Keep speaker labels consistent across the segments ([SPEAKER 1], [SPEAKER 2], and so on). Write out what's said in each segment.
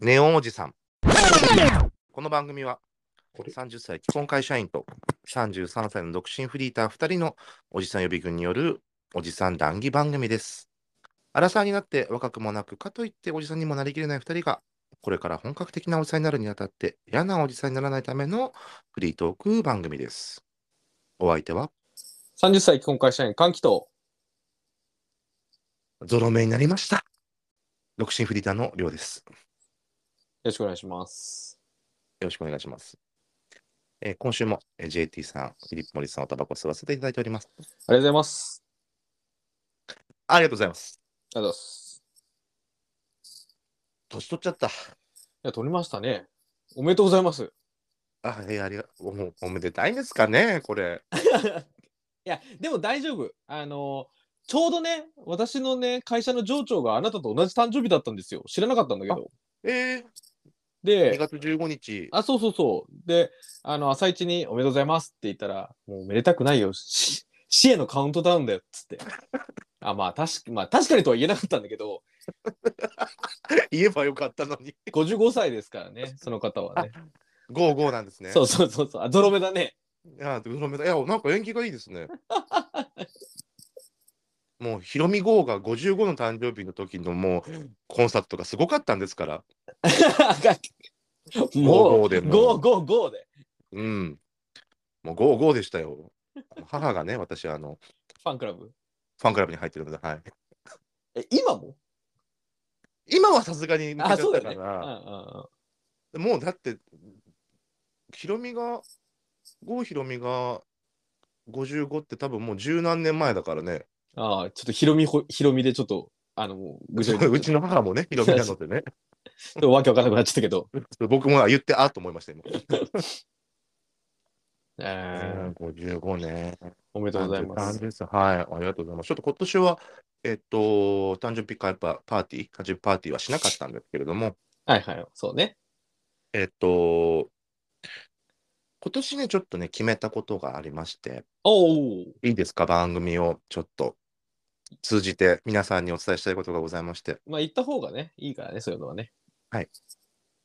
[SPEAKER 1] ネオンおじさん。この番組は30歳既婚会社員と33歳の独身フリーター2人のおじさん予備軍によるおじさん談義番組です。アラサーになって若くもなくかといっておじさんにもなりきれない2人がこれから本格的なおじさんになるにあたって嫌なおじさんにならないためのフリートーク番組です。お相手は
[SPEAKER 2] 30歳既婚会社員、換気と。
[SPEAKER 1] ゾロ目になりました。独身フリーターのりょうです。
[SPEAKER 2] よろしくお願いします。
[SPEAKER 1] よろしくお願いします。えー今週もえー JT さん、フィリップ・モリスさん、おタバコ吸わせていただいております。
[SPEAKER 2] ありがとうございます。
[SPEAKER 1] ありがとうございます。
[SPEAKER 2] ありがとうございます。
[SPEAKER 1] 年取っちゃった。
[SPEAKER 2] いや、取りましたね。おめでとうございます。い
[SPEAKER 1] あ、えーありがおもおめでたいんですかね、これ。
[SPEAKER 2] や、でも大丈夫。あのーちょうどね、私のね、会社の上長があなたと同じ誕生日だったんですよ。知らなかったんだけど。
[SPEAKER 1] えー、2
[SPEAKER 2] で、
[SPEAKER 1] 月15日。
[SPEAKER 2] あ、そうそうそう。で、あの、朝一におめでとうございますって言ったら、もうめでたくないよ。し死へのカウントダウンだよ。っつって。あ、まあ、確か、まあ、確かにとは言えなかったんだけ ど、
[SPEAKER 1] 言えばよかったのに。
[SPEAKER 2] 55歳ですからね、その方はね。
[SPEAKER 1] 55なんですね。
[SPEAKER 2] そうそうそうそう。あ、ゾロ目だね。
[SPEAKER 1] あーおめでたいや、なんか縁起がいいです ね。もうヒロミ号が55の誕生日の時のもうコンサートとかすごかったんですから。
[SPEAKER 2] も
[SPEAKER 1] ゴー ゴー
[SPEAKER 2] う、
[SPEAKER 1] でも
[SPEAKER 2] ゴーゴーゴーで。
[SPEAKER 1] うん。もう55でしたよ。母がね、私、あの、
[SPEAKER 2] ファンクラブ。
[SPEAKER 1] ファンクラブに入ってるので、はい。
[SPEAKER 2] え、今も
[SPEAKER 1] 今はさすがに抜けちゃ
[SPEAKER 2] あ、
[SPEAKER 1] っ
[SPEAKER 2] そうだ
[SPEAKER 1] た
[SPEAKER 2] よ
[SPEAKER 1] か
[SPEAKER 2] ね。うん
[SPEAKER 1] ら、
[SPEAKER 2] うん
[SPEAKER 1] もうだって、ヒロミが、郷ひろみが55って多分もう十何年前だからね、
[SPEAKER 2] ああ、ちょっとヒロミほ、ヒロミでちょっと、あの、もうぐ ちゃぐちゃ
[SPEAKER 1] うちの母もね、ヒロミなので ね、
[SPEAKER 2] ちょっとわけわかんなくなっちゃったけ ど。
[SPEAKER 1] 僕も言ってあと思いました、今。え
[SPEAKER 2] え
[SPEAKER 1] ー、
[SPEAKER 2] ー
[SPEAKER 1] 55年。
[SPEAKER 2] おめでとうございます。
[SPEAKER 1] です。はい、ありがとうございます。ちょっと今年は、えっと、誕生日会パパーティー、誕生日パーティーはしなかったんですけれども、
[SPEAKER 2] はいはい、そうね。
[SPEAKER 1] えっと、今年ね、ちょっとね、決めたことがありまして、
[SPEAKER 2] おお、
[SPEAKER 1] いいですか、番組をちょっと通じて皆さんにお伝えしたいことがございまして、
[SPEAKER 2] まあ、行った方がね、いいからね、そういうのはね。
[SPEAKER 1] え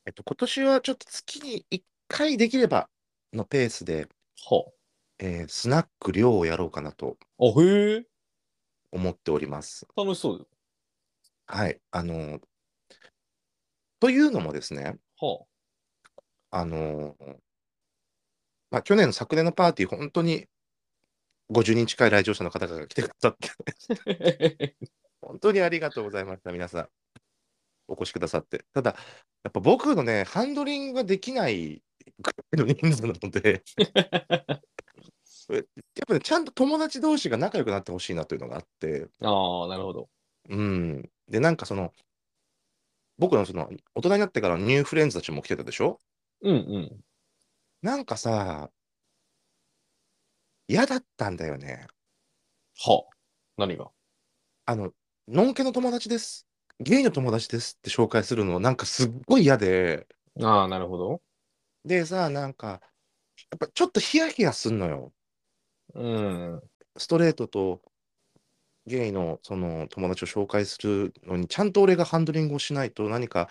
[SPEAKER 1] っと、今年はちょっと月に1回できればのペースで、
[SPEAKER 2] ほう。
[SPEAKER 1] えースナック量をやろうかなと
[SPEAKER 2] あ、へえ、
[SPEAKER 1] 思っております。
[SPEAKER 2] 楽しそうだよ。
[SPEAKER 1] はい。あの、というのもですね、
[SPEAKER 2] は
[SPEAKER 1] あの、まあ、去年の昨年のパーティー、本当に50人近い来場者の方が来てくださって、
[SPEAKER 2] あ。
[SPEAKER 1] 本当にありがとうございました、皆さん。お越しくださって。ただ、やっぱ僕のね、ハンドリングができないくらいの人数なので、やっぱね、ちゃんと友達同士が仲良くなってほしいなというのがあって、
[SPEAKER 2] ああ、なるほど。
[SPEAKER 1] うん。で、なんかその、僕のその、大人になってからのニューフレンズたちも来てたでしょ
[SPEAKER 2] うんうん。
[SPEAKER 1] なんかさ、嫌だったんだよね。
[SPEAKER 2] はあ。何が
[SPEAKER 1] あの、のんけの友達です。ゲイの友達ですって紹介するの、なんかすっごい嫌で、
[SPEAKER 2] ああ、なるほど。
[SPEAKER 1] でさ、なんか、やっぱちょっとヒヤヒヤすんのよ。
[SPEAKER 2] うん。
[SPEAKER 1] ストレートとゲイのその友達を紹介するのに、ちゃんと俺がハンドリングをしないと何か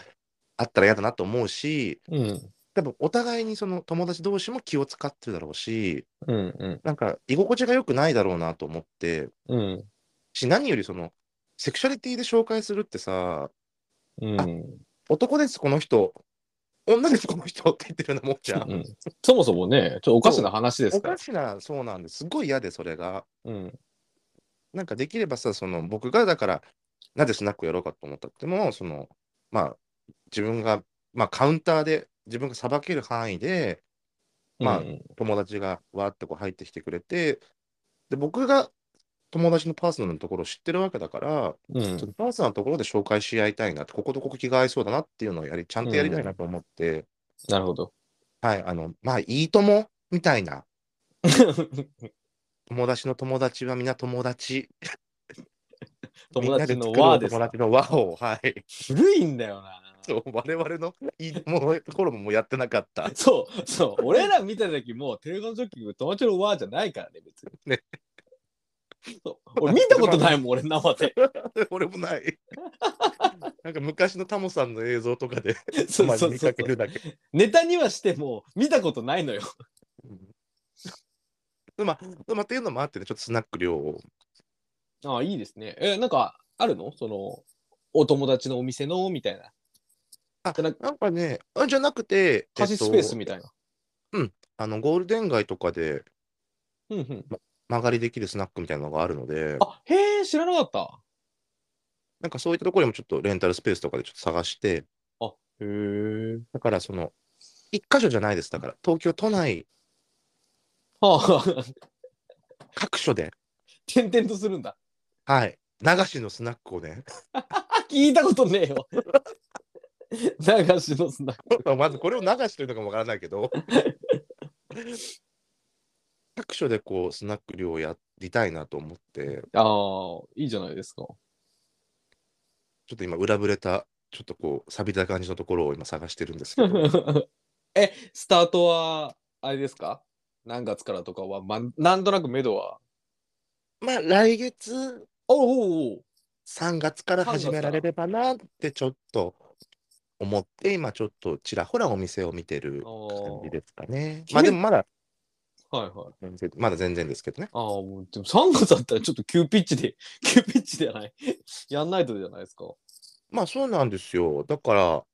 [SPEAKER 1] あったら嫌だなと思うし、
[SPEAKER 2] うん。
[SPEAKER 1] 多分お互いにその友達同士も気を使ってるだろうし、
[SPEAKER 2] うんうん。
[SPEAKER 1] なんか居心地が良くないだろうなと思って、
[SPEAKER 2] うん。
[SPEAKER 1] し、何よりその、セクシャリティで紹介するってさ、
[SPEAKER 2] うん。
[SPEAKER 1] 男です、この人。女です、この人って言ってるようなもんじゃ。
[SPEAKER 2] うんんそもそもね、ちょっとおかしな話です
[SPEAKER 1] お
[SPEAKER 2] から
[SPEAKER 1] か。しな、そうなんです。すごい嫌で、それが。
[SPEAKER 2] うん。
[SPEAKER 1] なんかできればさ、その僕がだから、なぜスナックをやろうかと思ったっても、その、まあ、自分が、まあ、カウンターで、自分がさばける範囲で、まあ
[SPEAKER 2] うん
[SPEAKER 1] 友達がわーってこう入ってきてくれて、で、僕が友達のパーソナルのところを知ってるわけだから、
[SPEAKER 2] う
[SPEAKER 1] ちょっ
[SPEAKER 2] ん。
[SPEAKER 1] とパーソナルのところで紹介し合いたいなって、こことここ気が合いそうだなっていうのをやり、ちゃんとやりたいなと思って、
[SPEAKER 2] なるほど。
[SPEAKER 1] はい、あの、まあ、いいともみたいな、友達の友達はみんな友達。
[SPEAKER 2] 友達の
[SPEAKER 1] みんな
[SPEAKER 2] 和
[SPEAKER 1] で
[SPEAKER 2] で
[SPEAKER 1] 作
[SPEAKER 2] す
[SPEAKER 1] ろう。友達の和を、はい。
[SPEAKER 2] 古いんだよな。
[SPEAKER 1] そう、 我々のいいともの頃ももうやってなかった。
[SPEAKER 2] そうそう。俺ら見た時もうテレコンジョッキング友達の和じゃないからね、別に。
[SPEAKER 1] ね
[SPEAKER 2] そう俺見たことないもん、俺 生で。
[SPEAKER 1] 俺も ない。なんか昔のタモさんの映像とかで、
[SPEAKER 2] そ
[SPEAKER 1] た
[SPEAKER 2] う
[SPEAKER 1] ま
[SPEAKER 2] そ
[SPEAKER 1] に
[SPEAKER 2] う
[SPEAKER 1] 見
[SPEAKER 2] そう
[SPEAKER 1] かけるだけ。
[SPEAKER 2] ネタにはしても、見たことないのよ。
[SPEAKER 1] うんまあ、まあ、っていうのもあってね、ちょっとスナック量を。
[SPEAKER 2] ああ、いいですね。え、なんか、あるのその、お友達のお店の、みたいな。
[SPEAKER 1] あ
[SPEAKER 2] じゃな
[SPEAKER 1] なんかね、あじゃなくて、
[SPEAKER 2] 貸しスペース
[SPEAKER 1] えっ
[SPEAKER 2] みたいな。
[SPEAKER 1] とあのゴールデン街とかで
[SPEAKER 2] うんうん。
[SPEAKER 1] 曲がりできるスナックみたいなのがあるので、
[SPEAKER 2] あ、へえ、知らなかった。
[SPEAKER 1] なんかそういったところにもちょっとレンタルスペースとかでちょっと探して、
[SPEAKER 2] あ、へえ。
[SPEAKER 1] だからその、一箇所じゃないです、だから、東京都内
[SPEAKER 2] はあ、
[SPEAKER 1] 各所で、
[SPEAKER 2] 転々とするんだ。
[SPEAKER 1] はい、流しのスナックをね、
[SPEAKER 2] あ、聞いたことねえよ。流しのスナック。
[SPEAKER 1] まずこれを流しというのかもわからないけど、各所でこう、スナック料をやりたいなと思って、
[SPEAKER 2] ああ、いいじゃないですか。
[SPEAKER 1] ちょっと今、裏ぶれた、ちょっとこう、錆びた感じのところを今探してるんですけ ど、
[SPEAKER 2] え、スタートは、あれですか何月からとかは、ま、なんとなく目処は。
[SPEAKER 1] まあ、来月、
[SPEAKER 2] おうおう
[SPEAKER 1] 3月から始められればなってちょっと思って、今ちょっとちらほらお店を見てる感
[SPEAKER 2] おう
[SPEAKER 1] じですかね。
[SPEAKER 2] ー
[SPEAKER 1] まあでもまだ、
[SPEAKER 2] ああ、はいはい。
[SPEAKER 1] 全然まだ全然ですけどね。
[SPEAKER 2] ああ、もう、でも3月だったらちょっと急ピッチで、 急ピッチじゃない。やんないとじゃないですか。
[SPEAKER 1] まあそうなんですよ。だから、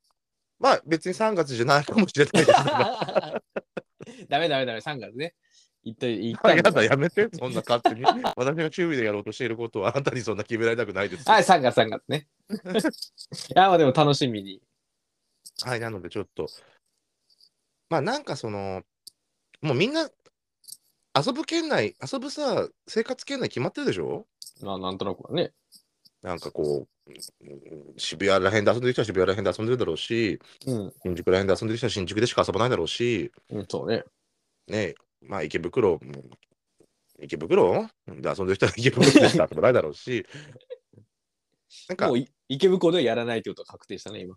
[SPEAKER 1] まあ別に3月じゃないかもしれないですけど
[SPEAKER 2] ダメダメダメ、3月ね。一旦、一
[SPEAKER 1] あ
[SPEAKER 2] 旦。
[SPEAKER 1] やだ、やめて、そんな勝手に。私が注意でやろうとしていることは、あなたにそんな決められたくないです。
[SPEAKER 2] はい、3月、3月ね。 いや、まあでも楽しみに。
[SPEAKER 1] はい、なのでちょっと、まあなんかその、もうみんな、遊ぶ圏内、遊ぶさ、生活圏内決まってるでしょ
[SPEAKER 2] まあ、なんとなくはね。
[SPEAKER 1] なんかこう、うん渋谷ら辺で遊んでる人は渋谷ら辺で遊んでるだろうし、
[SPEAKER 2] うん、
[SPEAKER 1] 新宿ら辺で遊んでる人は新宿でしか遊ばないだろうし、
[SPEAKER 2] うん、そうね。
[SPEAKER 1] ね、まあ池袋、うん池袋で遊んでる人は池袋でしか遊ばないだろうし、なんか
[SPEAKER 2] も、うい池袋ではやらないってことは確定したね、
[SPEAKER 1] い
[SPEAKER 2] 今。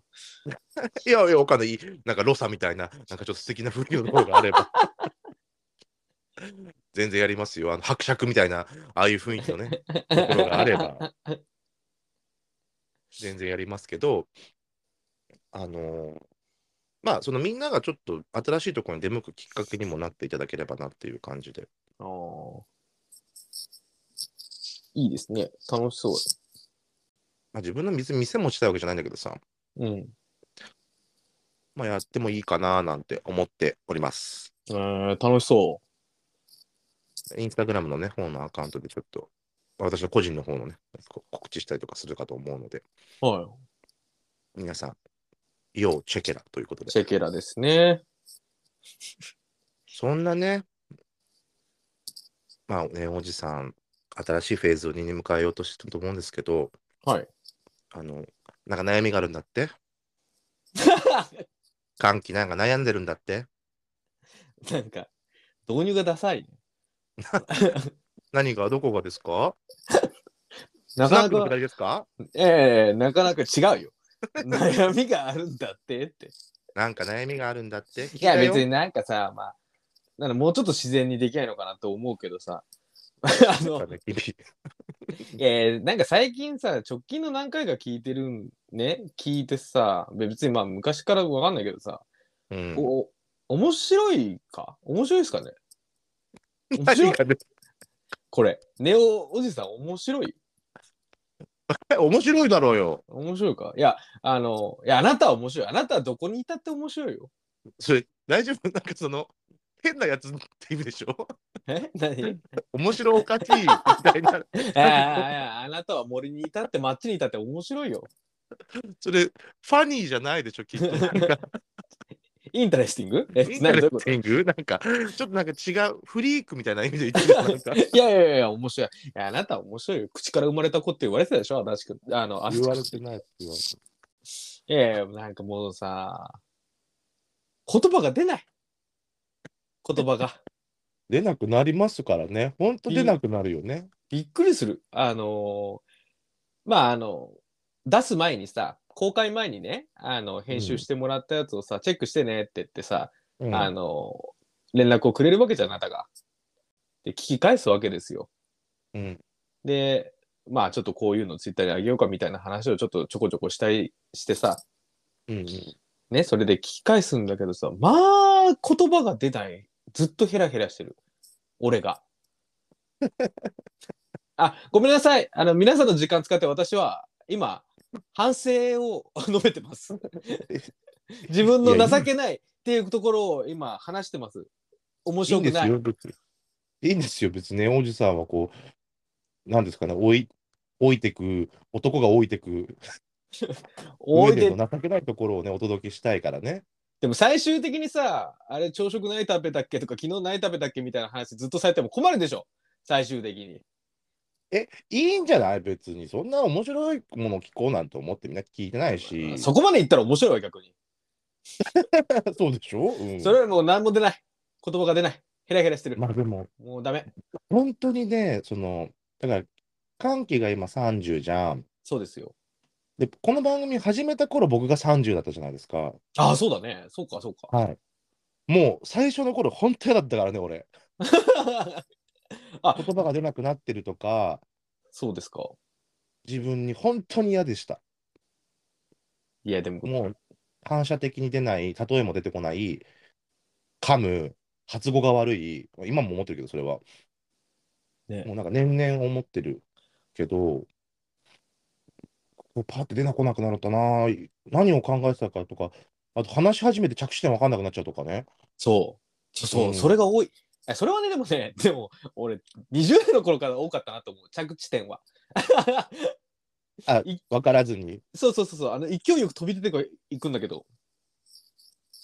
[SPEAKER 1] やいや、お金いい、なんかロサみたいな、なんかちょっと素敵な雰囲気のところがあれば。全然やりますよ。あの伯爵みたいな、ああいう雰囲気のね、ところがあれ ば。全然やりますけど、あのーまあ、そのみんながちょっと新しいところに出向くきっかけにもなっていただければなっていう感じで。
[SPEAKER 2] あーいいですね。楽しそう
[SPEAKER 1] まあ、自分の店店持ちたいわけじゃないんだけどさ、
[SPEAKER 2] だ。うん。
[SPEAKER 1] まあ、やってもいいかななんて思っております。
[SPEAKER 2] えー、楽しそ
[SPEAKER 1] インスタグラムのね、方のアカウントでちょっと、私の個人の方のね、こ告知したりとかするかと思うので、
[SPEAKER 2] う。は
[SPEAKER 1] 皆さん、要チェケラということ
[SPEAKER 2] い。
[SPEAKER 1] で
[SPEAKER 2] チ。ェケラですね。
[SPEAKER 1] そんなね、まあね、おじさん、新しいフェーズに迎えようとしてると思うんですけど、
[SPEAKER 2] はい。
[SPEAKER 1] あの、なんか悩みがあるんだって歓喜なんか悩んでるんだって
[SPEAKER 2] なんか、導入がダサいね。
[SPEAKER 1] 何がどこがですか
[SPEAKER 2] な
[SPEAKER 1] スナ
[SPEAKER 2] か
[SPEAKER 1] ッ
[SPEAKER 2] な
[SPEAKER 1] クのく
[SPEAKER 2] か
[SPEAKER 1] だ、りですか
[SPEAKER 2] ええなかなか違う よ。悩みがあるんだってって。
[SPEAKER 1] なんか悩みがあるんだって聞
[SPEAKER 2] いや、
[SPEAKER 1] たよ
[SPEAKER 2] 別になんかさ、まあ、なんかもうちょっと自然にできないのかなと思うけどさ。 あ
[SPEAKER 1] な
[SPEAKER 2] の
[SPEAKER 1] ん、かね君
[SPEAKER 2] えー、なんか最近さ、直近の何回か聞いてるんね、聞いてさ、べ別にまあ昔からわかんないけどさ、
[SPEAKER 1] うん、
[SPEAKER 2] お、面白いか面白いですかね面白
[SPEAKER 1] 何
[SPEAKER 2] い
[SPEAKER 1] がです
[SPEAKER 2] これ。ネオおじさん面白い
[SPEAKER 1] か面白いだろうよ。
[SPEAKER 2] 面白いかいや、あの、いや、あなたは面白い。あなたはどこにいたって面白いよ。
[SPEAKER 1] それ、大丈夫なんかその、変なやつって意味でしょ
[SPEAKER 2] え何
[SPEAKER 1] 面白おかしいみたいな。
[SPEAKER 2] ああああなたは森にいたって町にいたって面白いよ。
[SPEAKER 1] それ、ファニーじゃないでしょ、きっと。なんか
[SPEAKER 2] インタレスティン グえ
[SPEAKER 1] インタレ
[SPEAKER 2] 何どういう
[SPEAKER 1] ス
[SPEAKER 2] こ
[SPEAKER 1] テ
[SPEAKER 2] と
[SPEAKER 1] ィングなんか、ちょっとなんか違う、フリークみたいな意味で言ってるなんか
[SPEAKER 2] いやいやいや、面白い。いや、あなたは面白いよ。口から生まれた子って言われてたでしょ足立くん。あの、足
[SPEAKER 1] 言
[SPEAKER 2] 立くん
[SPEAKER 1] われてないって言われて
[SPEAKER 2] いやいや、なんかもうさ、言葉が出ない。言 葉が。
[SPEAKER 1] 出なくなりますからね。ほんと出なくなるよね。
[SPEAKER 2] びっくりする。あのーまあ、あの、出す前にさ、公開前にね、あの、編集してもらったやつをさ、チェックしてねって言ってさ、
[SPEAKER 1] うん
[SPEAKER 2] あの連絡をくれるわけじゃん、あなたが。で、聞き返すわけですよ。
[SPEAKER 1] うん
[SPEAKER 2] で、まあちょっとこういうのツイッターにあげようかみたいな話をちょっとちょこちょこしたりしてさ、
[SPEAKER 1] うんうん。
[SPEAKER 2] ね、それで聞き返すんだけどさ、まあ言葉が出ない。ずっとヘラヘラしてる。俺が。 あ、ごめんなさい。あの、皆さんの時間使って私は今、反省を 述べてます。 自分の情けないっていうところを今話してます。面
[SPEAKER 1] いい
[SPEAKER 2] 白
[SPEAKER 1] ん
[SPEAKER 2] く
[SPEAKER 1] で
[SPEAKER 2] な
[SPEAKER 1] す
[SPEAKER 2] い。
[SPEAKER 1] よ、別に。いいんですよ、別にね。王子さんはこう、なんですかね、老い、老いてく、男が老いてく、
[SPEAKER 2] お
[SPEAKER 1] 上
[SPEAKER 2] いで
[SPEAKER 1] での情けないところをね、お届けしたいからね。
[SPEAKER 2] でも最終的にさ、あれ朝食何食べたっけとか昨日何食べたっけみたいな話ずっとされても困るでしょ最終的に。
[SPEAKER 1] え、いいんじゃない別に。そんな面白いもの聞こうなんて思ってみんな聞いてないし。
[SPEAKER 2] そこまで言ったら面白いわ逆に。
[SPEAKER 1] そうでしょ、うん、
[SPEAKER 2] それよりも何も出ない。言葉が出ない。ヘラヘラしてる。
[SPEAKER 1] まあでも、
[SPEAKER 2] もうダメ。
[SPEAKER 1] 本当にね、その、だから、歓喜が今30じゃん。
[SPEAKER 2] そうですよ。
[SPEAKER 1] で、この番組始めた頃僕が30だったじゃないですか。
[SPEAKER 2] ああ、そうだね。そうか、そうか。
[SPEAKER 1] はい。もう最初の頃本当嫌だったからね、俺。
[SPEAKER 2] あ
[SPEAKER 1] 言葉が出なくなってるとか、
[SPEAKER 2] そうですか。
[SPEAKER 1] 自分に本当に嫌でした。
[SPEAKER 2] いや、でも、
[SPEAKER 1] もう反射的に出ない、例えも出てこない、噛む、発語が悪い、今も思ってるけど、それは。
[SPEAKER 2] ね
[SPEAKER 1] もうなんか年々思ってるけど、こうパって出なこなくなるとな、何を考えてたかとか、あと話し始めて着地点分かんなくなっちゃうとかね。
[SPEAKER 2] そう。そうそう、
[SPEAKER 1] うん
[SPEAKER 2] それが多い。えそれはね、でもね、でも、俺、20年の頃から多かったなと思う。着地点は。
[SPEAKER 1] 分からずに。
[SPEAKER 2] そうそうそうそう。あの、勢いよく飛び出ていくんだけど。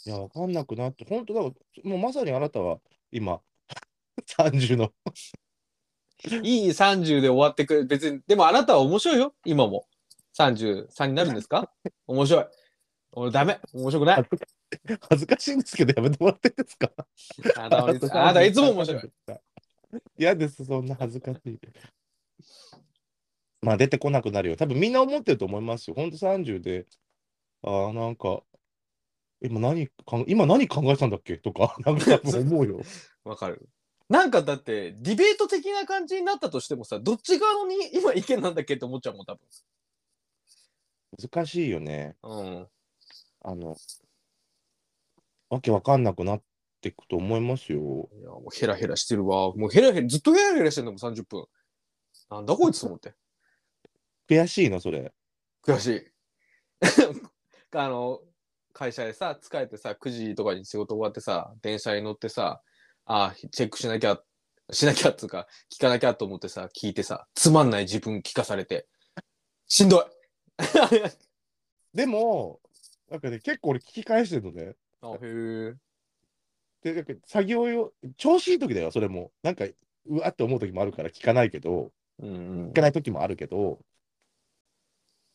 [SPEAKER 1] いや、分かんなくなって、本当だから、もうまさにあなたは今、30の。
[SPEAKER 2] いい30で終わってくれ別にでもあなたは面白いよ今も33になるんですか面白い俺ダメ面白くない
[SPEAKER 1] 恥ずかしいんですけど、やめてもらっていいですか
[SPEAKER 2] あなたはいつあなたはいつも面白い。
[SPEAKER 1] 嫌です、そんな恥ずかしい。まあ出てこなくなるよ。多分みんな思ってると思いますよ。ほんと30で、ああ、なんか、今何か、今何考えてたんだっけとか、 なんか多分思うよ。
[SPEAKER 2] わかるなんかだってディベート的な感じになったとしてもさどっち側に今意見なんだっけって思っちゃうもん多
[SPEAKER 1] 難しいよね。
[SPEAKER 2] 分うん
[SPEAKER 1] あの、わけわかんなくなっていくと思いますよ。
[SPEAKER 2] いやもうヘラヘラしてるわもうヘラヘラずっとヘラヘラしてんだもん30分なんだこいつと思って
[SPEAKER 1] 悔しいな、それ。
[SPEAKER 2] 悔しい あの会社でさ疲れてさ9時とかに仕事終わってさ電車に乗ってさあチェックしなきゃしなきゃっつうか聞かなきゃと思ってさ聞いてさつまんない自分聞かされてしんどい
[SPEAKER 1] でも、なんかね、結構俺聞き返してるのね。
[SPEAKER 2] あへえ
[SPEAKER 1] で、なんか作業用、調子いい時だよ、それも。なんか、うわって思う時もあるから聞かないけど、
[SPEAKER 2] うんうん
[SPEAKER 1] 聞かない時もあるけど、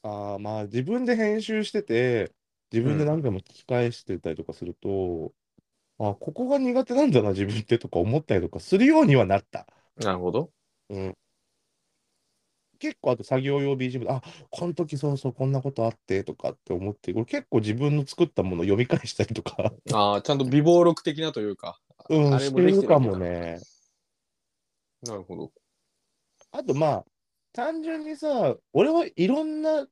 [SPEAKER 1] あーまあ、自分で編集してて、自分で何回も聞き返してたりとかすると、あここが苦手なんだな、自分ってとか思ったりとかするようにはなった。
[SPEAKER 2] なるほど
[SPEAKER 1] うん。結構、あと作業用 BGM で、あこの時そうそう、こんなことあってとかって思って、これ結構自分の作ったものを読み返したりとか、
[SPEAKER 2] あーちゃんと微暴録的なというか
[SPEAKER 1] う
[SPEAKER 2] あ
[SPEAKER 1] ん、
[SPEAKER 2] れ
[SPEAKER 1] し
[SPEAKER 2] も
[SPEAKER 1] て
[SPEAKER 2] でき
[SPEAKER 1] る
[SPEAKER 2] てる
[SPEAKER 1] かもね。
[SPEAKER 2] なるほど
[SPEAKER 1] あとまあ、単純にさ、俺はいろんな、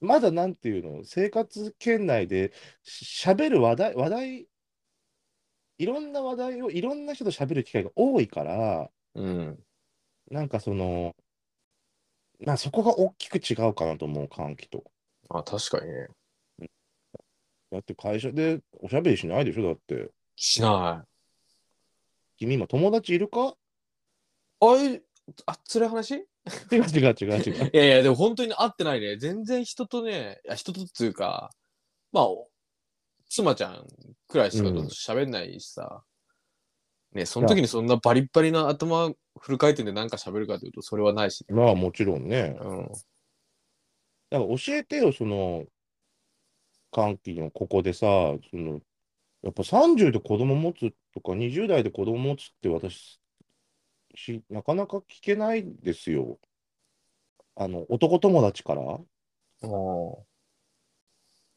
[SPEAKER 1] まだなんていうの、生活圏内でしゃべる話題、話題、いろんな話題をいろんな人と喋る機会が多いから、
[SPEAKER 2] うん
[SPEAKER 1] なんかその、まあそこが大きく違うかなと思う、歓喜と。
[SPEAKER 2] あ確かにね
[SPEAKER 1] だって会社でおしゃべりしないでしょ、だって。
[SPEAKER 2] しない
[SPEAKER 1] 君今友達いるか
[SPEAKER 2] あいあ辛い話
[SPEAKER 1] 違う違う違う違う。
[SPEAKER 2] いやいや、でも本当に会ってないね。全然人とね、いや人とっていうか、まあ、お妻ちゃんくらいしか
[SPEAKER 1] うん
[SPEAKER 2] 喋んないしさ、ね、その時にそんなバリッバリな頭フル回転で何か喋るかというと、それはないし、ね。
[SPEAKER 1] まあもちろんね。
[SPEAKER 2] うん。
[SPEAKER 1] だから教えてよ、その、歓喜のここでさ、その、やっぱ30で子供持つとか、20代で子供持つって私、し、なかなか聞けないですよ。あの、男友達から。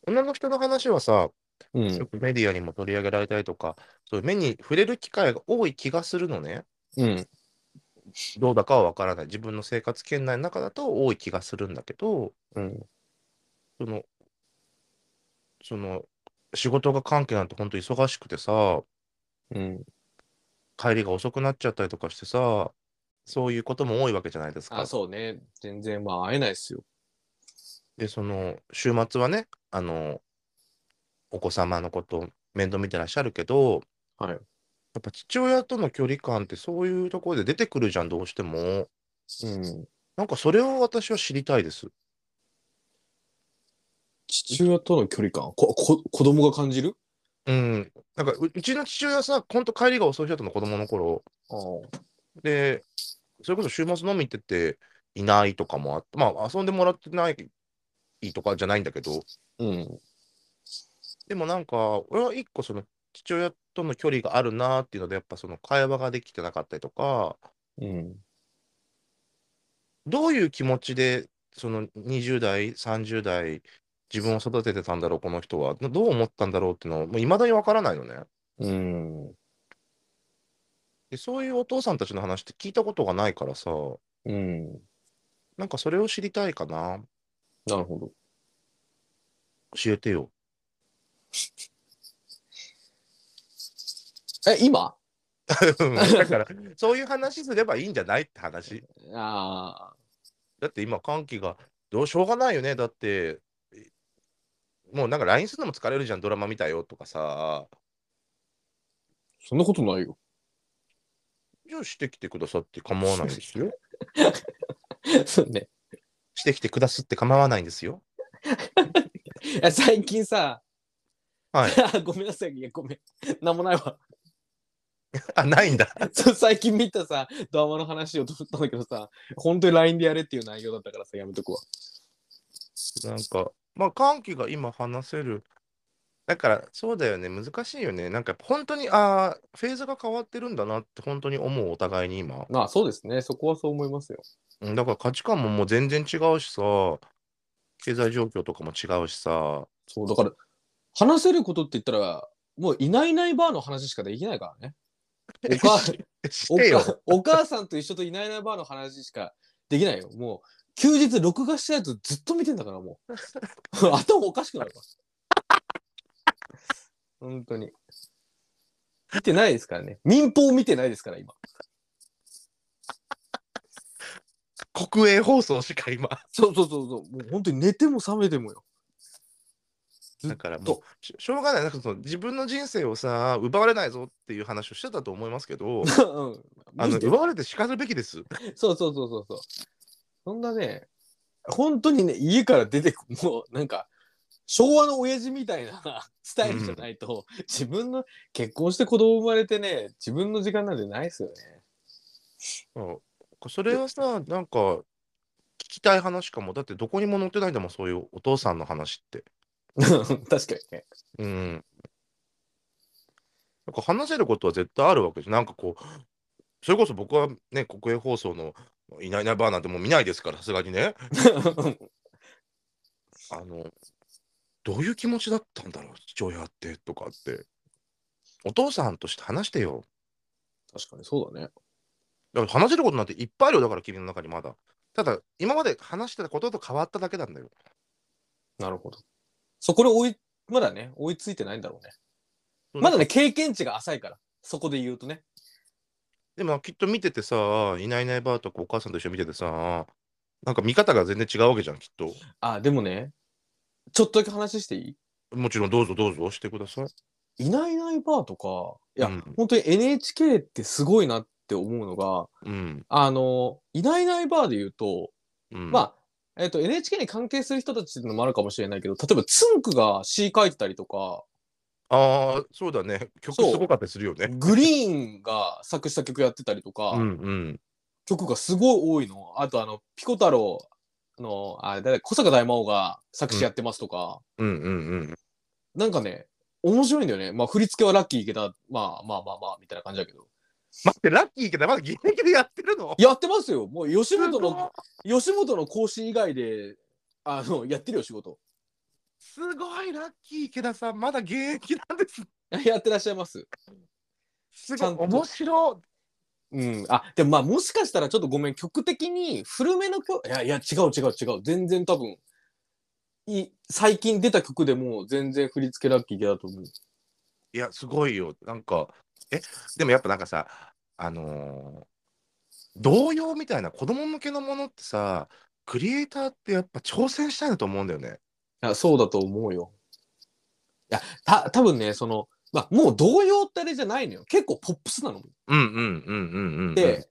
[SPEAKER 1] 女の人の話はさ、
[SPEAKER 2] うん
[SPEAKER 1] よ。くメディアにも取り上げられたりとか、そういう目に触れる機会が多い気がするのね。
[SPEAKER 2] うん。
[SPEAKER 1] どうだかは分からない。自分の生活圏内の中だと多い気がするんだけど、
[SPEAKER 2] うん。
[SPEAKER 1] その、その、仕事が関係なんて本当忙しくてさ、
[SPEAKER 2] うん。
[SPEAKER 1] 帰りが遅くなっちゃったりとかしてさ、そういうことも多いわけじゃないですか
[SPEAKER 2] あ、。そうね。全然、まあ、会えないっすよ。
[SPEAKER 1] で、その、週末はね、あの、お子様のことを面倒見てらっしゃるけど、
[SPEAKER 2] はい
[SPEAKER 1] やっぱ父親との距離感ってそういうところで出てくるじゃん、どうしても。
[SPEAKER 2] うん。
[SPEAKER 1] なんかそれを私は知りたいです。
[SPEAKER 2] 父親との距離感、こ、こ、子供が感じる
[SPEAKER 1] うん。なんかう、うちの父親さ、ほんと帰りが遅い人との子供の頃、
[SPEAKER 2] ああ。
[SPEAKER 1] で、それこそ週末飲み行ってて、いないとかもあって、まあ、遊んでもらってないとかじゃないんだけど、
[SPEAKER 2] うん。
[SPEAKER 1] でもなんか、俺は一個その父親との距離があるなーっていうので、やっぱその会話ができてなかったりとか、
[SPEAKER 2] うん。
[SPEAKER 1] どういう気持ちで、その20代、30代、自分を育ててたんだろう、この人は。どう思ったんだろうっていうのを、いまだにわからないのね
[SPEAKER 2] うん。
[SPEAKER 1] で。そういうお父さんたちの話って聞いたことがないからさ、
[SPEAKER 2] うん。
[SPEAKER 1] なんかそれを知りたいかな。
[SPEAKER 2] なるほど。
[SPEAKER 1] 教えてよ。
[SPEAKER 2] え、今
[SPEAKER 1] だから、そういう話すればいいんじゃないって話。
[SPEAKER 2] ああ。
[SPEAKER 1] だって今、歓喜が、どうしようがないよね。だって、えもうなんか LINE するのも疲れるじゃん、ドラマ見たよとかさ。
[SPEAKER 2] そんなことないよ。
[SPEAKER 1] じゃあしてきてくださって構わないんですよ。
[SPEAKER 2] そう ね。
[SPEAKER 1] してきてくだすって構わないんですよ。
[SPEAKER 2] いや最近さ、
[SPEAKER 1] はい
[SPEAKER 2] ごめんなさい、いや、ごめん。なんもないわ。
[SPEAKER 1] あ、ないんだ。
[SPEAKER 2] そう最近見たさ、ドラマの話をとったんだけどさ、本当に LINE でやれっていう内容だったからさ、やめとくわ。
[SPEAKER 1] なんか、まあ、歓喜が今話せる。だから、そうだよね。難しいよね。なんか、本当に、ああ、フェーズが変わってるんだなって、本当に思う、お互いに今。
[SPEAKER 2] まあ、そうですね。そこはそう思いますよ。
[SPEAKER 1] うんだから価値観ももう全然違うしさ、経済状況とかも違うしさ、
[SPEAKER 2] そう、だから、話せることって言ったら、もういないいないばーの話しかできないから ね。おか
[SPEAKER 1] し
[SPEAKER 2] お
[SPEAKER 1] てよ。
[SPEAKER 2] かお母さんと一緒といないいないばーの話しかできないよ。もう、休日録画したやつずっと見てんだから、もう。 頭おかしくなるわ。本当に。見てないですからね。民放見てないですから、今。
[SPEAKER 1] 国営放送しか今。
[SPEAKER 2] そうそうそうそう。もう本当に寝ても覚めてもよ。ずっ
[SPEAKER 1] だからもう
[SPEAKER 2] と。、
[SPEAKER 1] ししょうがない。なんかその自分の人生をさ、奪われないぞっていう話をしてたと思いますけ ど、
[SPEAKER 2] うん。
[SPEAKER 1] あの
[SPEAKER 2] 見て
[SPEAKER 1] 奪われて叱るべきです。
[SPEAKER 2] そうそうそうそうそう。そんなね、本当にね、家から出てく、もうなんか、昭和の親父みたいな スタイルじゃないと、自分の結婚して子供生まれてね、自分の時間なんてないですよね。
[SPEAKER 1] そうそれはさ、なんか、聞きたい話かも。だってどこにも載ってないんだもん、そういうお父さんの話って。
[SPEAKER 2] 確かにね。
[SPEAKER 1] うん。なんか話せることは絶対あるわけじゃん。なんかこう、それこそ僕はね、国営放送のいないいないバーなんてもう見ないですから、さすがにね。あの、どういう気持ちだったんだろう、父親ってとかって。お父さんとして話してよ。
[SPEAKER 2] 確かにそうだね。
[SPEAKER 1] だから話せることなんていっぱいあるよ、だから君の中にまだ。ただ、今まで話してたことと変わっただけなんだよ。
[SPEAKER 2] なるほど。そこで追い、まだね、追いついてないんだろうね。まだね、経験値が浅いから。そこで言うとね。
[SPEAKER 1] でもきっと見ててさ、いないいないばーとかお母さんと一緒に見ててさ、なんか見方が全然違うわけじゃん、きっと。
[SPEAKER 2] あ、でもね、ちょっとだけ話してい
[SPEAKER 1] もちろんどうぞどうぞしてください。
[SPEAKER 2] いいないいないばーとか、いや、
[SPEAKER 1] うん
[SPEAKER 2] 本当に NHK ってすごいなって思うのが、
[SPEAKER 1] うん。
[SPEAKER 2] あの、いないいないばーで言うと、
[SPEAKER 1] うん、
[SPEAKER 2] まあ、えっ、と、NHK に関係する人たちっていうのもあるかもしれないけど、例えば、つんくが詩書いてたりとか、
[SPEAKER 1] あ。ああ、そうだね。曲す
[SPEAKER 2] そう
[SPEAKER 1] ごかったりするよね。
[SPEAKER 2] グリーンが作詞作曲やってたりとか、
[SPEAKER 1] うんうん。
[SPEAKER 2] 曲がすごい多いの。あと、あの、ピコ太郎の、あれ、誰だ小坂大魔王が作詞やってますとか、
[SPEAKER 1] うんうんうん。
[SPEAKER 2] なんかね、面白いんだよね。まあ、振り付けはラッキー池田、まあまあまあまあ、みたいな感じだけど。
[SPEAKER 1] 待って、ラッキーけど、まだ現役でやってるの
[SPEAKER 2] やってますよ。もう吉本の、吉本の講師以外で、あの、 やってるよ、仕事。
[SPEAKER 1] すごいラッキー池田さん、まだ現役なんです。
[SPEAKER 2] やってらっしゃいます。
[SPEAKER 1] す
[SPEAKER 2] ちゃ
[SPEAKER 1] ごい
[SPEAKER 2] んと
[SPEAKER 1] 面白
[SPEAKER 2] うん。あ、でもまあもしかしたらちょっとごめん、曲的に古めの曲、いやいや違う違う違う。全然多分、い最近出た曲でも全然振り付けラッキーだと思う。
[SPEAKER 1] いや、すごいよ。なんか、え、でもやっぱなんかさ、あのー童謡みたいな子供向けのものってさ、クリエイターってやっぱ挑戦したいなと思うんだよね。
[SPEAKER 2] いや、そうだと思うよ。いや、た、多分ね、その、まあ、もう童謡ってあれじゃないのよ。結構ポップスなの。
[SPEAKER 1] うんうんうんうんうんうん。
[SPEAKER 2] で、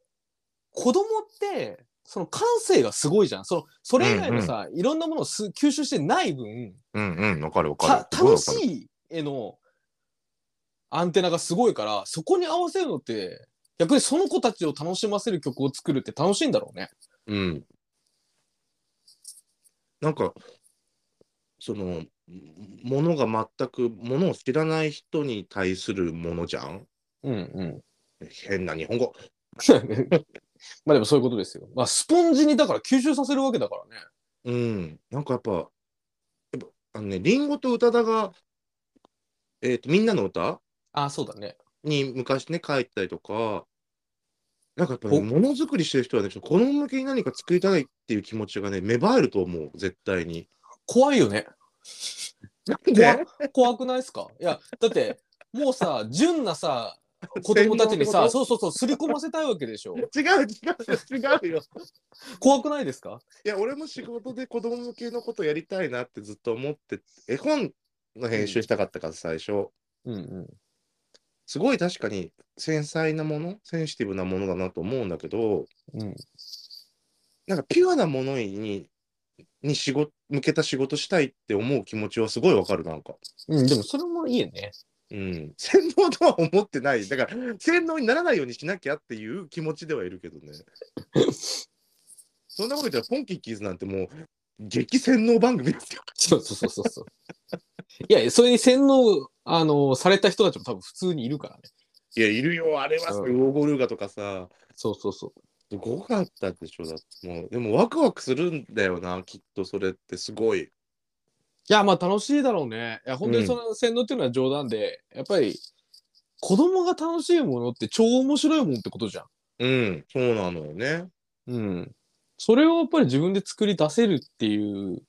[SPEAKER 2] 子供って、その感性がすごいじゃん。その、それ以外のさ、いろんなものをす吸収してない分、
[SPEAKER 1] うんうん、わかるわか
[SPEAKER 2] た
[SPEAKER 1] る。
[SPEAKER 2] 楽
[SPEAKER 1] い。
[SPEAKER 2] しいへのアンテナがすごいから、そこに合わせるのって、逆にその子たちを楽しませる曲を作るって楽しいんだろうね。
[SPEAKER 1] うん。なんか、その、ものが全く、ものを知らない人に対するものじゃん
[SPEAKER 2] うんうん。
[SPEAKER 1] 変な日本語。
[SPEAKER 2] まあでもそういうことですよ。まあスポンジにだから吸収させるわけだか
[SPEAKER 1] う
[SPEAKER 2] らね。
[SPEAKER 1] ん。なんかやっぱ、やっぱあのね、リンゴと宇多田が、えっ、と、みんなの歌
[SPEAKER 2] ああ、そうだね。
[SPEAKER 1] に昔ね、書いてたりとか、なんかやっぱ
[SPEAKER 2] お
[SPEAKER 1] ね、ものづくりしてる人はね、ちょっと子供向けに何か作りたいっていう気持ちがね、芽生えると思う、絶対に。
[SPEAKER 2] 怖いよね。
[SPEAKER 1] なん
[SPEAKER 2] 怖怖くないですかいや、だって、もうさ、純なさ、子供たちに
[SPEAKER 1] 洗脳って
[SPEAKER 2] さ、
[SPEAKER 1] こ
[SPEAKER 2] そうそうそう、すり込ませたいわけでしょ。
[SPEAKER 1] と違う違う違うよ。
[SPEAKER 2] 怖くないですか
[SPEAKER 1] いや、俺も仕事で子供向けのことやりたいなってずっと思って、絵本の編集したかったから、最初。
[SPEAKER 2] うんうん。
[SPEAKER 1] すごい確かに繊細なもの、センシティブなものだなと思うんだけど、
[SPEAKER 2] うん、
[SPEAKER 1] なんかピュアなものに、に仕事、向けた仕事したいって思う気持ちはすごいわかる、なんか。
[SPEAKER 2] うん、でもそれもいいよね。
[SPEAKER 1] うん。洗脳とは思ってない。だから、洗脳にならないようにしなきゃっていう気持ちではいるけどね。そんなこと言ったら、ポンキッキーズなんてもう、激洗脳番組ですよ。
[SPEAKER 2] そうそうそうそう。いや、それに洗脳、あの、された人たちも多分普通にいるからね。
[SPEAKER 1] いや、いるよ、あれはさ、
[SPEAKER 2] う
[SPEAKER 1] ヨ
[SPEAKER 2] ん
[SPEAKER 1] ーゴルーガとかさ、
[SPEAKER 2] そうそうそう。
[SPEAKER 1] すごかったでしょ、だってもう、でもワクワクするんだよな、きっとそれってすごい。
[SPEAKER 2] いや、まあ楽しいだろうね。いや、本当にその洗脳っていうのは冗談で、やっぱり、子供が楽しいものって超面白いもんってことじゃん。
[SPEAKER 1] うん、そうなのよね。
[SPEAKER 2] うん。それをやっぱり自分で作り出せるっていう、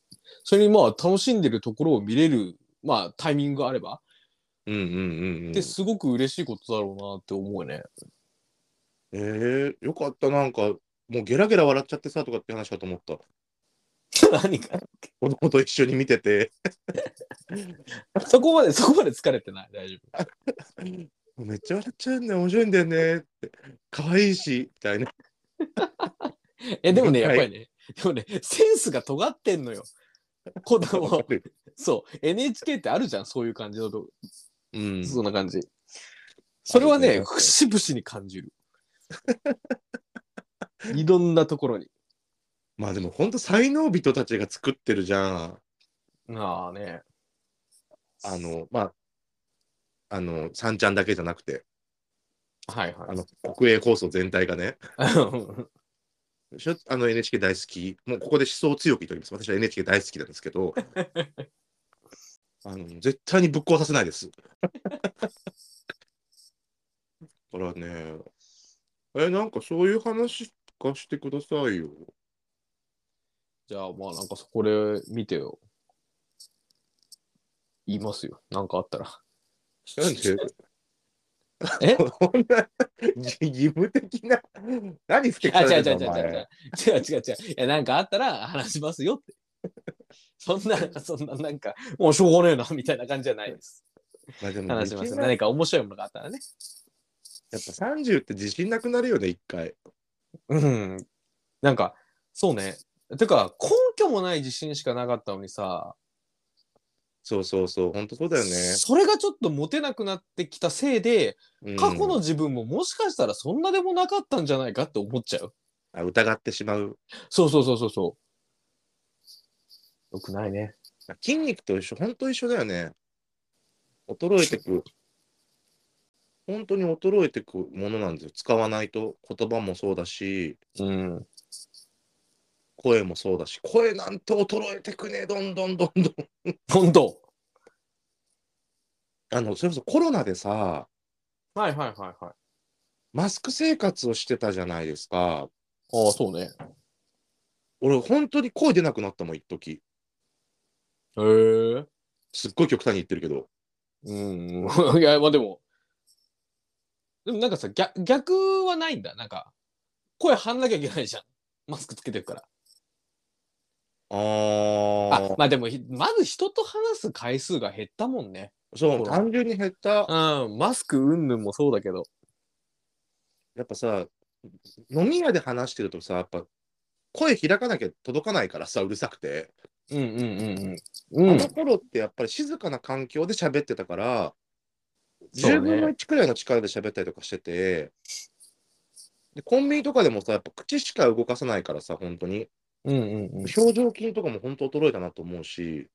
[SPEAKER 2] それにまあ楽しんでるところを見れる、まあタイミングがあれば、
[SPEAKER 1] うんうんうん、うん。
[SPEAKER 2] ってすごく嬉しいことだろうなって思うね。
[SPEAKER 1] えー、よかった、なんか、もうゲラゲラ笑っちゃってさとかって話かと思った。
[SPEAKER 2] 何か。
[SPEAKER 1] 子供と一緒に見てて、
[SPEAKER 2] そこまで、そこまで疲れてない。大丈夫。
[SPEAKER 1] めっちゃ笑っちゃうんだよ、面白いんだよねって、可愛いし、みたいな。
[SPEAKER 2] え、でもね、やっ
[SPEAKER 1] はい
[SPEAKER 2] ぱりね、でもね、センスが尖ってんのよ。子
[SPEAKER 1] わ
[SPEAKER 2] 供
[SPEAKER 1] か、る
[SPEAKER 2] そう、NHK ってあるじゃん、そういう感じのと、
[SPEAKER 1] うん、
[SPEAKER 2] そんな感じ。それは
[SPEAKER 1] あり
[SPEAKER 2] ね、
[SPEAKER 1] がとうございます
[SPEAKER 2] 節々に感じる。 いろんなところに。
[SPEAKER 1] まあでも本当才能人たちが作ってるじゃん
[SPEAKER 2] ああね。
[SPEAKER 1] あのまああのさんちゃんだけじゃなくて
[SPEAKER 2] はいは
[SPEAKER 1] あの国営放送全体がね
[SPEAKER 2] い。
[SPEAKER 1] しょあの NHK 大好き、もうここで思想を強く言っております。私は NHK 大好きなんですけど、あの絶対にぶっ壊させない です。だからね、え、なんかそういう話とかしてください よ。
[SPEAKER 2] じゃあまあなんかそこで見てよ。言いますよ。なんかあったら。
[SPEAKER 1] なんで
[SPEAKER 2] え
[SPEAKER 1] こんな義義務的な、何ふてく
[SPEAKER 2] あ、
[SPEAKER 1] され
[SPEAKER 2] 違う
[SPEAKER 1] て
[SPEAKER 2] 違
[SPEAKER 1] ん
[SPEAKER 2] う違う
[SPEAKER 1] のお
[SPEAKER 2] 違
[SPEAKER 1] 前
[SPEAKER 2] う違う違う違う違う。いや、なんかあったら話しますよって。 そんな、そんな、なんか、もうしょうがねえな、みたいな感じじゃないです。
[SPEAKER 1] まあでも
[SPEAKER 2] 話し
[SPEAKER 1] 自
[SPEAKER 2] ます
[SPEAKER 1] 信
[SPEAKER 2] よ。
[SPEAKER 1] なやっ
[SPEAKER 2] 何か面白いものがあったらね。
[SPEAKER 1] ぱ30って自信なくなるよね、一回。
[SPEAKER 2] うん。なんか、そうね。てか、根拠もない自信しかなかったのにさ、
[SPEAKER 1] そうそうそう、本当そうだよね。
[SPEAKER 2] それがちょっと持てなくなってきたせいで、
[SPEAKER 1] うん
[SPEAKER 2] 過去の自分ももしかしたらそんなでもなかったんじゃないかって思っちゃう。
[SPEAKER 1] あ疑ってしまう。
[SPEAKER 2] そうそうそうそうそう。よくないね。
[SPEAKER 1] 筋肉と一緒、本当一緒だよね。衰えてく。本当に衰えてくものなんですよ。使わないと言葉もそうだし、
[SPEAKER 2] うん。
[SPEAKER 1] 声もそうだし、声なんて衰えてくね、どんどんどんどん。
[SPEAKER 2] 本当
[SPEAKER 1] あの、それこそコロナでさ、
[SPEAKER 2] はいはいはいはい。
[SPEAKER 1] マスク生活をしてたじゃないですか。
[SPEAKER 2] ああ、そうね。
[SPEAKER 1] 俺、本当に声出なくなったもん、一時
[SPEAKER 2] へえ。
[SPEAKER 1] すっごい極端に言ってるけど。
[SPEAKER 2] うん。 いや、まあでも、でもなんかさ、逆逆はないんだ。なんか、声張んなきゃいけないじゃん。マスクつけてるから。
[SPEAKER 1] あ
[SPEAKER 2] あ
[SPEAKER 1] ー、
[SPEAKER 2] まあでも、ひまず人と話す回数が減ったもんね。
[SPEAKER 1] そう、単純に減った。
[SPEAKER 2] うん、マスクうんぬんもそうだけど。
[SPEAKER 1] やっぱさ、飲み屋で話してるとさ、やっぱ声開かなきゃ届かないからさ、うるさくて。
[SPEAKER 2] うんうんうんうん。う
[SPEAKER 1] あ
[SPEAKER 2] ん
[SPEAKER 1] の。頃ってやっぱり静かな環境で喋ってたから、
[SPEAKER 2] そうね
[SPEAKER 1] 10分の1くらいの力で喋ったりとかしてて、でコンビニとかでもさ、やっぱ口しか動かさないからさ、本当に。
[SPEAKER 2] うんうんうん。
[SPEAKER 1] 表情筋とかも本当衰えたなと思うし、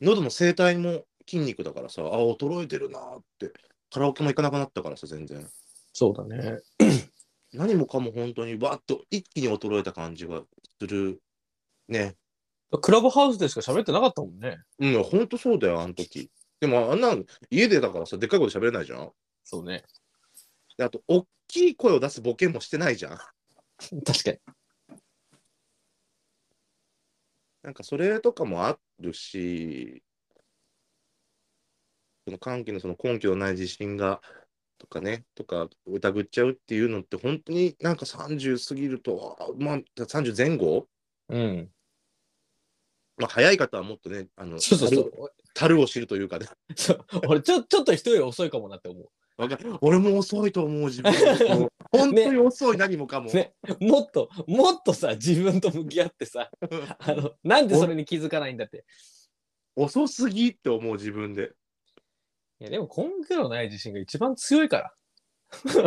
[SPEAKER 1] 喉の声帯も筋肉だからさ、あ、衰えてるなーって、カラオケも行かなくなったからさ、全然。
[SPEAKER 2] そうだね。
[SPEAKER 1] 何もかも本当にわっと一気に衰えた感じがする。ね。
[SPEAKER 2] クラブハウスでしか喋ってなかったもんね。
[SPEAKER 1] うん、本当そうだよ、あの時。でも、あんなん、家でだからさ、でっかい声で喋れないじゃん。
[SPEAKER 2] そうね。
[SPEAKER 1] で、あと、大きい声を出すボケもしてないじゃん。
[SPEAKER 2] 確かに。
[SPEAKER 1] なんか、それとかもあるし、その歓喜のその根拠のない自信が、とかね、とか、疑っちゃうっていうのって、本当になんか30過ぎると、あまあ、30前後
[SPEAKER 2] うん。
[SPEAKER 1] まあ、早い方はもっとね、あの、
[SPEAKER 2] そうそうそう。
[SPEAKER 1] 樽を知るというかね。
[SPEAKER 2] そう 俺ちょ、ちょっと人より遅いかもなって思う。
[SPEAKER 1] わかる俺も遅いと思う、自分 のこと。本当に遅い、何もかも。
[SPEAKER 2] ねもっと、もっとさ、自分と向き合って さ、あの、なんでそれに気づかないんだって。
[SPEAKER 1] 遅すぎって思う、自分で。
[SPEAKER 2] いや、でも根拠のない自信が一番強いから。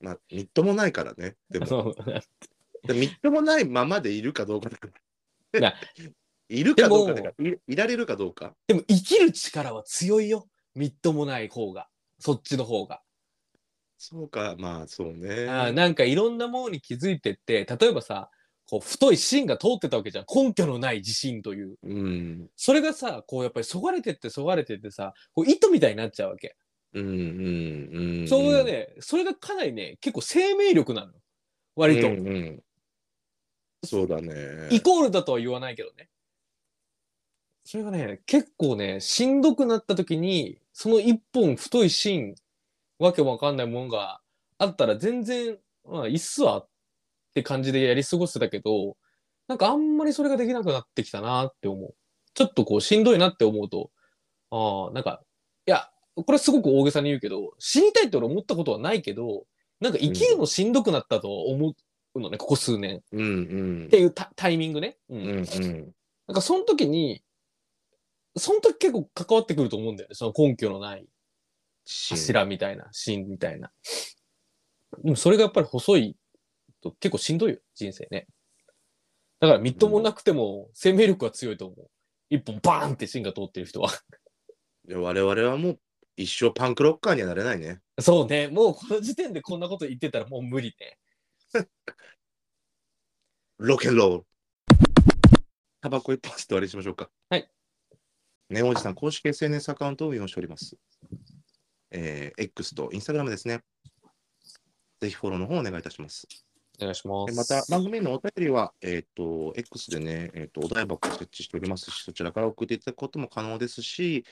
[SPEAKER 1] まあ、みっともないからね。で
[SPEAKER 2] あ
[SPEAKER 1] も、
[SPEAKER 2] の
[SPEAKER 1] でみっともないままでいるかどうかだから
[SPEAKER 2] な
[SPEAKER 1] いるかどうかだからい、いられるかどうか。
[SPEAKER 2] でも生きる力は強いよ。みっともない方が。そっちの方が。
[SPEAKER 1] そうか、まあ、そうね。
[SPEAKER 2] あーなんかいろんなものに気づいてって、例えばさ、こう太い芯が通ってたわけじゃん。根拠のない自信という。
[SPEAKER 1] うん。
[SPEAKER 2] それがさ、こうやっぱりそがれてってそがれてってさ、こう糸みたいになっちゃうわけ。
[SPEAKER 1] うん、うん、うん。
[SPEAKER 2] そうだね、それがかなりね、結構生命力なの。
[SPEAKER 1] うん。
[SPEAKER 2] 割と。
[SPEAKER 1] うんうんそうだね。
[SPEAKER 2] イコールだとは言わないけどね。それがね、結構ね、しんどくなった時に、その一本太い芯、わけわかんないもんがあったら全然、まあ、いっすわって感じでやり過ごしてたけど、なんかあんまりそれができなくなってきたなって思う。ちょっとこう、しんどいなって思うと、ああ、なんか、いや、これすごく大げさに言うけど、死にたいって俺思ったことはないけど、なんか生きるのしんどくなったと思うのね、ここ数年。
[SPEAKER 1] うん、うん
[SPEAKER 2] って。いうタタイミングね。う
[SPEAKER 1] うん、
[SPEAKER 2] ん。
[SPEAKER 1] うん。
[SPEAKER 2] なんかその時に、その時結構関わってくると思うんだよね。その根拠のない柱みたいな、芯みたいな。でもそれがやっぱり細いと結構しんどいよ、人生ね。だからみっともなくても生命力は強いと思う。一本バーンって芯が通ってる人は。
[SPEAKER 1] で我々はもう一生パンクロッカーにはなれないね。
[SPEAKER 2] そうね。もうこの時点でこんなこと言ってたらもう無理ね。
[SPEAKER 1] ロケンロール。タバコ一発で終わりにしましょうか。
[SPEAKER 2] はい。
[SPEAKER 1] ねおじさん、公式 SNS アカウントを運用しております。えー X と Instagram ですね。ぜひフォローの方お願いいたします。
[SPEAKER 2] お願いしま。
[SPEAKER 1] ですまた、番組へのお便りは、えっ、と、X でね、えっ、と、お台箱を設置しておりますし、そちらから送っていただくことも可能ですし、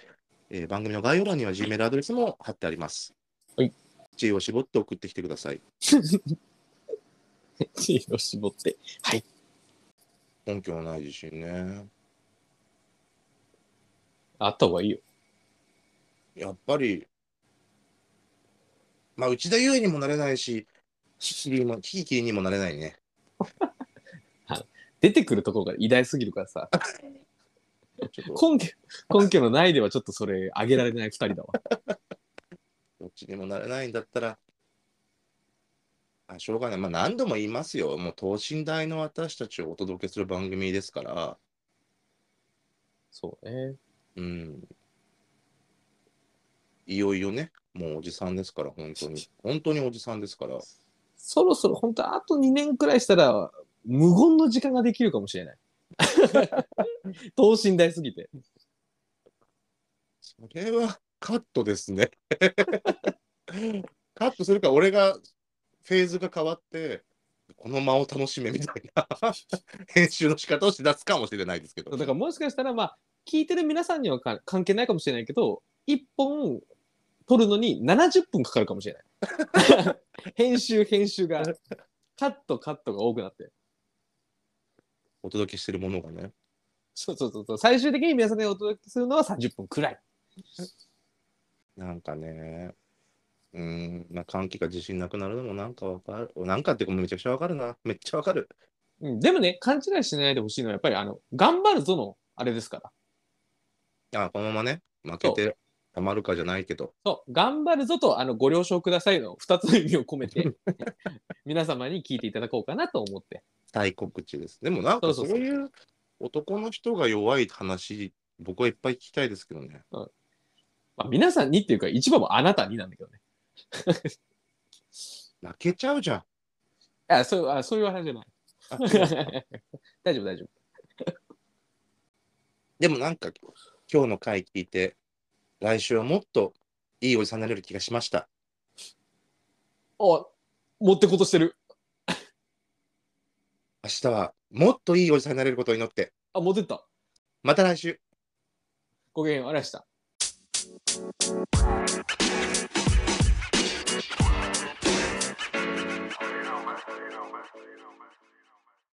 [SPEAKER 1] えー番組の概要欄には Gmail アドレスも貼ってあります。
[SPEAKER 2] はい。
[SPEAKER 1] 知恵を絞って送ってきてください。
[SPEAKER 2] 知恵を絞って。はい。
[SPEAKER 1] 根拠のない自信ね。
[SPEAKER 2] あった方がいいよ。
[SPEAKER 1] やっぱり、まあ、内田優衣にもなれないし、キキキリも、キキキリにもなれないね。
[SPEAKER 2] 出てくるところが偉大すぎるからさ。
[SPEAKER 1] ちょっと、
[SPEAKER 2] 根拠、 根拠のないではちょっとそれ、あげられない二人だわ。
[SPEAKER 1] どっちにもなれないんだったら、あしょうがない。まあ、何度も言いますよ。もう、等身大の私たちをお届けする番組ですから、
[SPEAKER 2] そうね。
[SPEAKER 1] うん。いよいよね、もうおじさんですから、本当に。本当におじさんですから。
[SPEAKER 2] そろそろ、本当あと2年くらいしたら、無言の時間ができるかもしれない。等身大すぎて。
[SPEAKER 1] それはカットですね。カットするか俺がフェーズが変わってこの間を楽しめみたい な編集の仕方をしだすかもしれないですけど
[SPEAKER 2] だからもしかしたら、まあ、聞いてる皆さんにはか関係ないかもしれないけど、1本撮るのに70分かかるかもしれない。編集、編集が、カット、カットが多くなって。
[SPEAKER 1] お届けしてるものがね
[SPEAKER 2] そうそうそうそう。最終的に皆さんにお届けするのは30分くらい。
[SPEAKER 1] なんかねうーんまあ歓喜が自信なくなるのもなんかわかるなんかっていうかめちゃくちゃわかるなめっちゃわかる
[SPEAKER 2] うん、でもね、勘違いしないでほしいのは、やっぱり、あの、頑張るぞの、あれですから。
[SPEAKER 1] あこのままね負けてたまるかじゃないけど
[SPEAKER 2] そう、頑張るぞと、あの、ご了承くださいの2つの意味を込めて、 皆様に聞いていただこうかなと思って。
[SPEAKER 1] 大告知ですでもなんか
[SPEAKER 2] そ
[SPEAKER 1] そうう
[SPEAKER 2] そうそう
[SPEAKER 1] いう男の人が弱い話僕はいっぱい聞きたいですけどね
[SPEAKER 2] まあ、皆さんにっていうか、一番もあなたになんだけどね。
[SPEAKER 1] 泣けちゃうじゃん
[SPEAKER 2] あ、そう、あ、そういう話じゃない。
[SPEAKER 1] あ
[SPEAKER 2] 大丈夫、大丈夫。
[SPEAKER 1] でもなんか今日の回聞いて来週はもっといいおじさんになれる気がしました
[SPEAKER 2] あ、持ってことしてる。
[SPEAKER 1] 明日はもっといいおじさんになれることを祈って
[SPEAKER 2] あ、持ってった。
[SPEAKER 1] また来週
[SPEAKER 2] ごきげんよう、ありがとうございました。